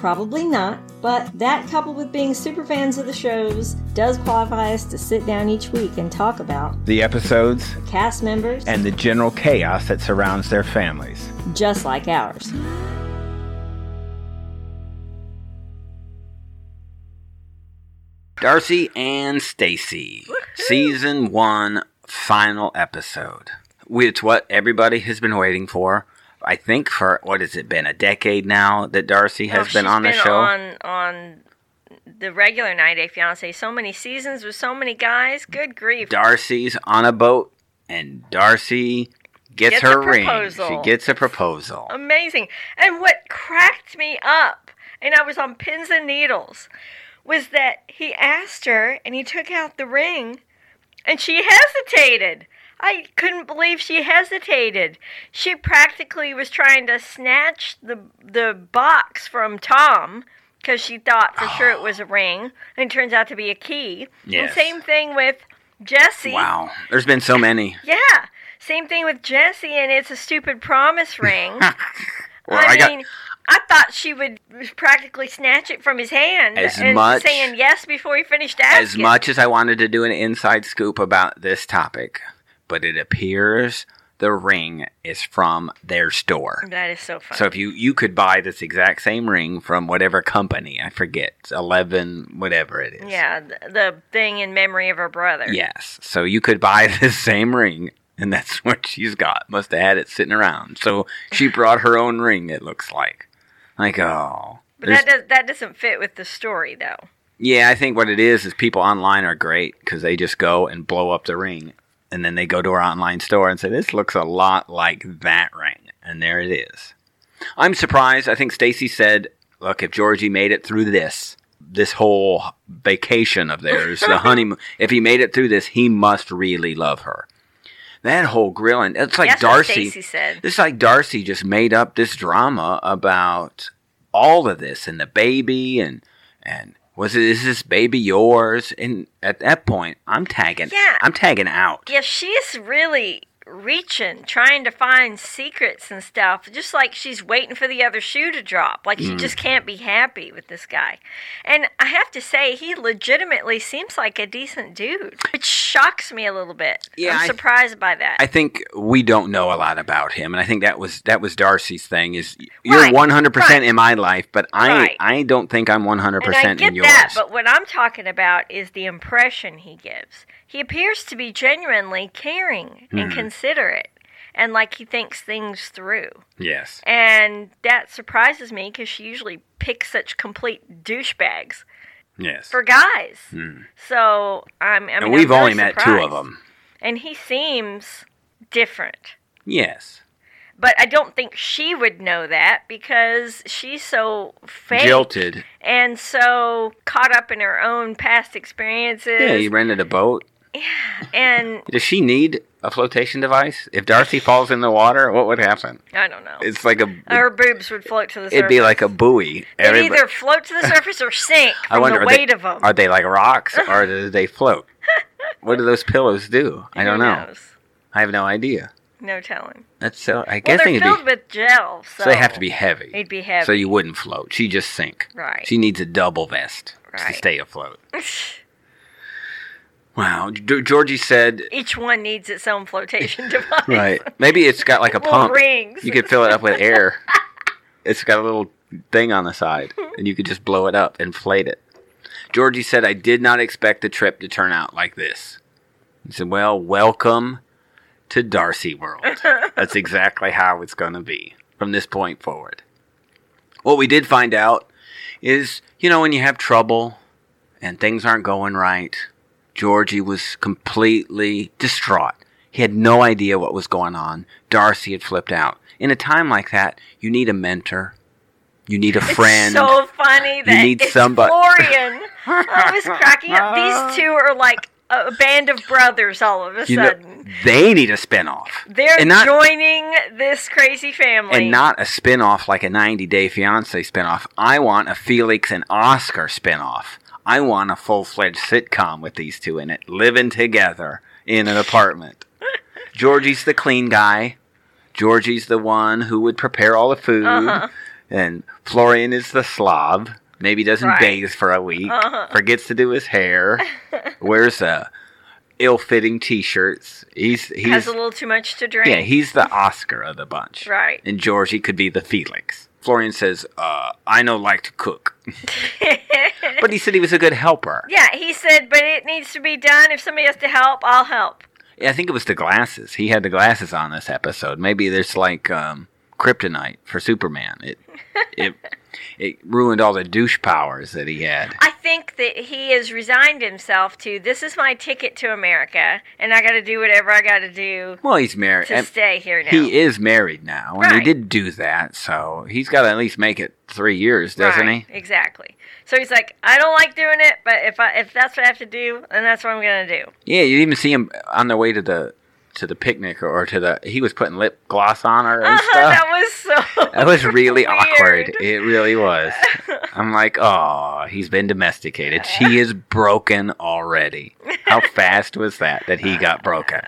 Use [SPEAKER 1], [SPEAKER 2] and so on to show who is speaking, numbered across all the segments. [SPEAKER 1] Probably not, but that coupled with being super fans of the shows does qualify us to sit down each week and talk about
[SPEAKER 2] The episodes
[SPEAKER 1] cast members
[SPEAKER 2] and the general chaos that surrounds their families.
[SPEAKER 1] just like ours.
[SPEAKER 2] Darcy and Stacy, season one, final episode. We- It's what everybody has been waiting for. I think for what has it been a decade now that Darcy has
[SPEAKER 3] Oh,
[SPEAKER 2] been
[SPEAKER 3] she's
[SPEAKER 2] on the
[SPEAKER 3] been
[SPEAKER 2] show.
[SPEAKER 3] On on the regular 90 Day Fiance, so many seasons with so many guys. Good grief!
[SPEAKER 2] Darcy's on a boat, and Darcy gets,
[SPEAKER 3] Gets a
[SPEAKER 2] her ring. She
[SPEAKER 3] proposal.
[SPEAKER 2] gets a proposal.
[SPEAKER 3] Amazing. And what cracked me up, and I was on pins and needles, was that he asked her and he took out the ring, and she hesitated. I couldn't believe she hesitated. She practically was trying to snatch the the box from Tom because she thought for sure it was a ring, and it turns out to be a key.
[SPEAKER 2] Yes.
[SPEAKER 3] And same thing with Jesse.
[SPEAKER 2] Wow, there's been so many.
[SPEAKER 3] Yeah. Same thing with Jesse, and it's a stupid promise ring.
[SPEAKER 2] Well,
[SPEAKER 3] I,
[SPEAKER 2] I got-
[SPEAKER 3] mean, I thought she would practically snatch it from his hand
[SPEAKER 2] As
[SPEAKER 3] and
[SPEAKER 2] much-
[SPEAKER 3] saying yes before he finished asking.
[SPEAKER 2] As much as I wanted to do an inside scoop about this topic, but it appears the ring is from their store.
[SPEAKER 3] That is so funny.
[SPEAKER 2] So if you you could buy this exact same ring from whatever company, I forget, Eleven, whatever it is.
[SPEAKER 3] yeah, th- the thing in memory of her brother.
[SPEAKER 2] Yes. So you could buy the same ring, and that's what she's got. Must have had it sitting around. So she brought her own ring. It looks like. Like oh.
[SPEAKER 3] But
[SPEAKER 2] There's-
[SPEAKER 3] that does that doesn't fit with the story though.
[SPEAKER 2] yeah, I think what it is is people online are great because they just go and blow up the ring, and then they go to our online store and say this looks a lot like that ring, and there it is. I'm surprised. I think Stacy said, "Look, if Georgie made it through this, this whole vacation of theirs, the honeymoon, if he made it through this, he must really love her." That whole grilling, it's like
[SPEAKER 3] That's what
[SPEAKER 2] Darcy.
[SPEAKER 3] Stacy said.
[SPEAKER 2] It's like Darcy just made up this drama about all of this and the baby and and was it is this baby yours? And at that point, I'm tagging.
[SPEAKER 3] Yeah.
[SPEAKER 2] I'm tagging out.
[SPEAKER 3] Yeah, she's really reaching, trying to find secrets and stuff, just like she's waiting for the other shoe to drop. Like
[SPEAKER 2] Hmm.
[SPEAKER 3] she just can't be happy with this guy. And I have to say, he legitimately seems like a decent dude, which shocks me a little bit.
[SPEAKER 2] Yeah, I-
[SPEAKER 3] I'm surprised by that.
[SPEAKER 2] I think we don't know a lot about him, and I think that was that was Darcy's thing. Is you're
[SPEAKER 3] Right,
[SPEAKER 2] one hundred percent
[SPEAKER 3] right.
[SPEAKER 2] in my life, but I
[SPEAKER 3] Right.
[SPEAKER 2] I don't think I'm one hundred
[SPEAKER 3] and I
[SPEAKER 2] percent
[SPEAKER 3] get
[SPEAKER 2] in yours.
[SPEAKER 3] that, but what I'm talking about is the impression he gives. He appears to be genuinely caring and
[SPEAKER 2] Hmm.
[SPEAKER 3] considerate, and like he thinks things through.
[SPEAKER 2] yes,
[SPEAKER 3] And that surprises me because she usually picks such complete douchebags
[SPEAKER 2] yes.
[SPEAKER 3] for guys. So I'm. I mean,
[SPEAKER 2] Hmm. and we've
[SPEAKER 3] I'm
[SPEAKER 2] only
[SPEAKER 3] really
[SPEAKER 2] met two of
[SPEAKER 3] surprised.
[SPEAKER 2] them.
[SPEAKER 3] and he seems different.
[SPEAKER 2] Yes,
[SPEAKER 3] But I don't think she would know that because she's so fake
[SPEAKER 2] jilted.
[SPEAKER 3] and so caught up in her own past experiences.
[SPEAKER 2] Yeah, he rented a boat.
[SPEAKER 3] and
[SPEAKER 2] Does she need a flotation device? If Darcy falls in the water, what would happen?
[SPEAKER 3] I don't know.
[SPEAKER 2] It's like a.
[SPEAKER 3] her boobs would float to the surface.
[SPEAKER 2] it'd be like a buoy.
[SPEAKER 3] They'd
[SPEAKER 2] Everybo-
[SPEAKER 3] either float to the surface or sink from the
[SPEAKER 2] are they-
[SPEAKER 3] weight of them.
[SPEAKER 2] Are they like rocks or do they float? what do those pillows do? I don't
[SPEAKER 3] Who
[SPEAKER 2] know.
[SPEAKER 3] knows?
[SPEAKER 2] I have no idea.
[SPEAKER 3] No telling.
[SPEAKER 2] That's so. I
[SPEAKER 3] Well,
[SPEAKER 2] guess
[SPEAKER 3] they're
[SPEAKER 2] it'd
[SPEAKER 3] filled
[SPEAKER 2] be.
[SPEAKER 3] with gel, so,
[SPEAKER 2] So they have to be heavy.
[SPEAKER 3] They'd be heavy.
[SPEAKER 2] So you wouldn't float. She just sink.
[SPEAKER 3] Right.
[SPEAKER 2] She needs a double vest to
[SPEAKER 3] Right.
[SPEAKER 2] stay afloat. wow. G- Georgie said.
[SPEAKER 3] Each one needs its own flotation device.
[SPEAKER 2] Right. Maybe it's got like a
[SPEAKER 3] Little
[SPEAKER 2] pump.
[SPEAKER 3] rings.
[SPEAKER 2] You could fill it up with air. it's got a little thing on the side, and you could just blow it up, inflate it. Georgie said, I did not expect the trip to turn out like this. He said, Well, welcome to Darcy World. That's exactly how it's going to be from this point forward. What we did find out is, you know, when you have trouble and things aren't going right, Georgie was completely distraught. He had no idea what was going on. Darcy had flipped out. In a time like that, you need a mentor. You need a
[SPEAKER 3] It's
[SPEAKER 2] friend.
[SPEAKER 3] so funny that
[SPEAKER 2] need
[SPEAKER 3] it's
[SPEAKER 2] somebody- Ah.
[SPEAKER 3] Florian. I was cracking up. These two are like a band of brothers all of a
[SPEAKER 2] You know,
[SPEAKER 3] sudden.
[SPEAKER 2] they need a spinoff.
[SPEAKER 3] They're
[SPEAKER 2] and not
[SPEAKER 3] joining this crazy family.
[SPEAKER 2] and not a spinoff like a 90 Day Fiance spinoff. I want a Felix and Oscar spinoff. I want a full fledged sitcom with these two in it, living together in an apartment. Georgie's the clean guy. Georgie's the one who would prepare all the food,
[SPEAKER 3] Uh-huh.
[SPEAKER 2] and Florian is the slob. Maybe doesn't
[SPEAKER 3] Right.
[SPEAKER 2] bathe for a week,
[SPEAKER 3] Uh-huh.
[SPEAKER 2] forgets to do his hair, wears uh, ill-fitting T-shirts. He's he's
[SPEAKER 3] has a little too much to drink.
[SPEAKER 2] yeah, he's the Oscar of the bunch.
[SPEAKER 3] Right.
[SPEAKER 2] And Georgie could be the Felix. Florian says, uh, I know like to cook. but he said he was a good helper.
[SPEAKER 3] yeah, he said, but it needs to be done. If somebody has to help, I'll help.
[SPEAKER 2] Yeah, I think it was the glasses. He had the glasses on this episode. Maybe there's like um, kryptonite for Superman. It it it ruined all the douche powers that he had.
[SPEAKER 3] I think that he has resigned himself to this is my ticket to America, and I got to do whatever I got to do
[SPEAKER 2] Well, he's married.
[SPEAKER 3] to stay here now.
[SPEAKER 2] He is married now, and he
[SPEAKER 3] Right.
[SPEAKER 2] did do that, so he's got to at least make it three years, doesn't
[SPEAKER 3] Right, Exactly. So he's like, I don't like doing it, but if I if that's what I have to do, then that's what I'm gonna do.
[SPEAKER 2] he? Yeah, you even see him on their way to the to the picnic or to the. He was putting lip gloss on her and
[SPEAKER 3] Uh-huh,
[SPEAKER 2] stuff.
[SPEAKER 3] that was so.
[SPEAKER 2] That was really
[SPEAKER 3] weird.
[SPEAKER 2] awkward. It really was. I'm like, oh, he's been domesticated. She is broken already. How fast was that that he got broken?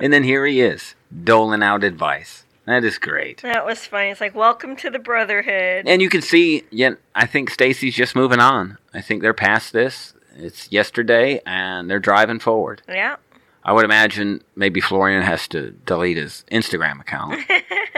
[SPEAKER 2] And then here he is, doling out advice. That is great.
[SPEAKER 3] That was funny. It's like, welcome to the brotherhood.
[SPEAKER 2] And you can see, yet I think Stacy's just moving on. I think they're past this. It's yesterday, and they're driving forward.
[SPEAKER 3] Yeah.
[SPEAKER 2] I would imagine maybe Florian has to delete his Instagram account.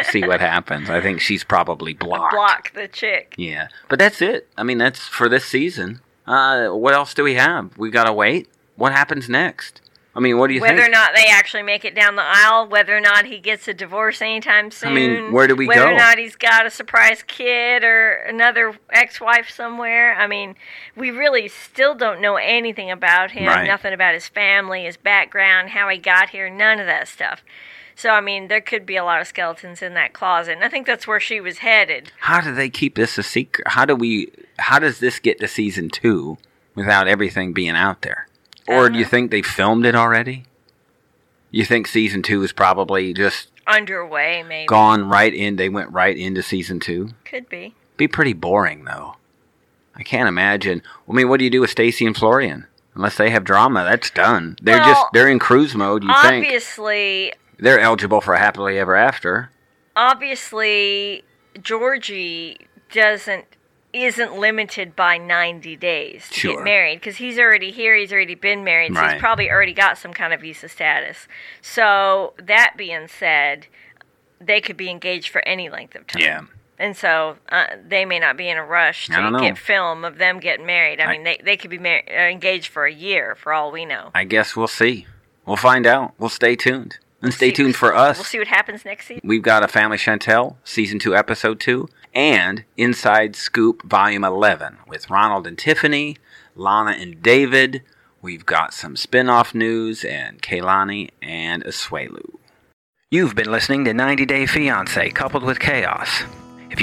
[SPEAKER 2] see what happens. I think she's probably blocked.
[SPEAKER 3] Block the chick.
[SPEAKER 2] Yeah, but that's it. I mean, that's for this season. Uh, what else do we have? We gotta wait. What happens next? I mean, what do you
[SPEAKER 3] Whether or
[SPEAKER 2] think?
[SPEAKER 3] not they actually make it down the aisle, whether or not he gets a divorce anytime soon.
[SPEAKER 2] I mean, where do we
[SPEAKER 3] whether
[SPEAKER 2] go?
[SPEAKER 3] or not he's got a surprise kid or another ex wife somewhere. I mean, we really still don't know anything about him,
[SPEAKER 2] Right.
[SPEAKER 3] nothing about his family, his background, how he got here, none of that stuff. So, I mean, there could be a lot of skeletons in that closet. And I think that's where she was headed.
[SPEAKER 2] how do they keep this a secret? How do we? How does this get to season two without everything being out there? Or do you think they filmed it already? You think season two is probably just
[SPEAKER 3] Underway, maybe.
[SPEAKER 2] gone right in? They went right into season two.
[SPEAKER 3] Could be.
[SPEAKER 2] Be pretty boring though. I can't imagine. I mean, what do you do with Stacy and Florian? Unless they have drama, that's done. They're
[SPEAKER 3] Well,
[SPEAKER 2] just they're in cruise mode. You think
[SPEAKER 3] Obviously,
[SPEAKER 2] they're eligible for a happily ever after?
[SPEAKER 3] obviously Georgie doesn't isn't limited by 90 days to
[SPEAKER 2] Sure.
[SPEAKER 3] get married because he's already here he's already been married so
[SPEAKER 2] Right.
[SPEAKER 3] he's probably already got some kind of visa status so that being said they could be engaged for any length of time and so uh, they may not be in a rush
[SPEAKER 2] I don't
[SPEAKER 3] to
[SPEAKER 2] know.
[SPEAKER 3] get film of them getting married i,
[SPEAKER 2] I-
[SPEAKER 3] mean they, they could be mar- uh, engaged for a year for all we know
[SPEAKER 2] I guess we'll see. We'll find out. We'll stay tuned and stay
[SPEAKER 3] See-
[SPEAKER 2] tuned for
[SPEAKER 3] we'll
[SPEAKER 2] us.
[SPEAKER 3] see what happens next season
[SPEAKER 2] We've got a Family Chantel season two, episode two, and Inside Scoop volume eleven with Ronald and Tiffany, Lana and David. We've got some spin-off news and Kaylani and Asuelu. You've been listening to 90 Day Fiancé Coupled with Chaos. If